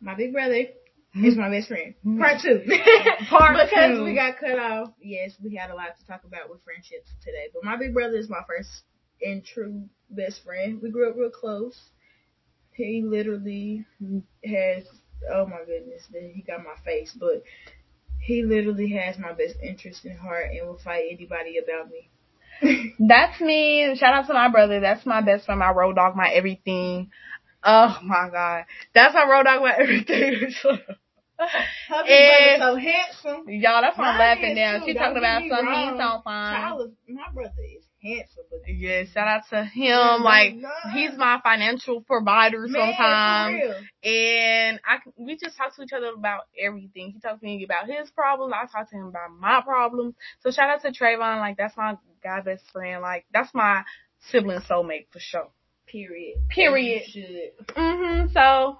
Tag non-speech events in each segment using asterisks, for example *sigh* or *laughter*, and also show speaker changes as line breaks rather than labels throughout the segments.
my big brother is my best friend.
Mhm.
Part two. *laughs*
Part
because
two.
Mm-hmm. we got cut off. Yes, we had a lot to talk about with friendships today. But my big brother is my first and true best friend. We grew up real close. He literally has oh my goodness, man, he got my face, but he literally has my best interest in heart and will fight anybody about me.
That's me. Shout out to my brother. That's my best friend, my road dog, my everything. Oh my god. That's my road dog, my *laughs* everything.
Her
And-
big brother so handsome.
Y'all, that's why
Mine
I'm laughing
is
now.
too.
She
Don't
talking
get
about
me
something
wrong.
he's so fine.
Tyler, my brother is handsome, but
Yeah, shout out to
Um,
him. Like he's my financial provider
Man,
sometimes.
for real.
and I c- we just talk to each other about everything. He talks to me about his problems. I talk to him about my problems. So shout out to Trayvon. Like that's my guy best friend. Like that's my sibling soulmate for sure.
Period.
Period.
You should.
Mhm. So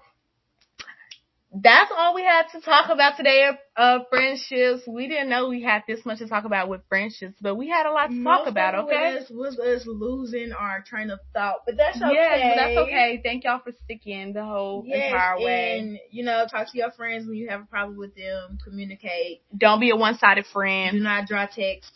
that's all we had to talk about today of uh, friendships. We didn't know we had this much to talk about with friendships, but we had a lot to talk
Most
about.
of
Okay.
Us was us losing our train of thought, but that's okay.
Yeah, but that's okay. Thank y'all for sticking the whole
Yes,
entire way.
and you know, talk to your friends when you have a problem with them. Communicate.
Don't be a one-sided
Do *laughs*
friend,
not draw text,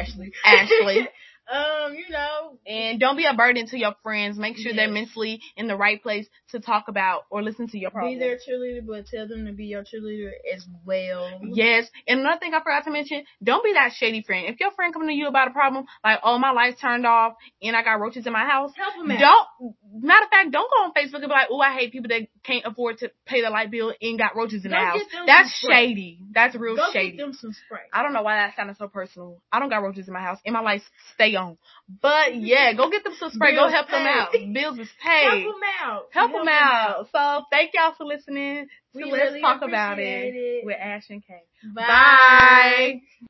Ashley.
Ashley.
*laughs* um, you know,
And don't be a burden to your friends. Make sure they're
Yes.
mentally in the right place to talk about or listen to your
be
problems.
their cheerleader, but tell them to be your cheerleader as well.
Yes. And another thing I forgot to mention, don't be that shady friend. If your friend come to you about a problem, like, oh, my lights turned off and I got roaches in my house,
Help them out.
don't, matter of fact, don't go on Facebook and be like, oh, I hate people that can't afford to pay the light bill and got roaches in the
Go
house.
get them
That's
some Sprite.
shady. That's real
Go
shady.
get them some Sprite.
I don't know why that sounded so personal. I don't got roaches in my house and my lights stay on. But yeah, go get them some spray. Go
Bills
help them out.
paid.
Bills is
*laughs* Help
paid.
them out.
Help them out. So thank y'all for listening. to
We
let's
really
talk about
appreciate
it,
it.
with Ash and Kay.
Bye.
Bye.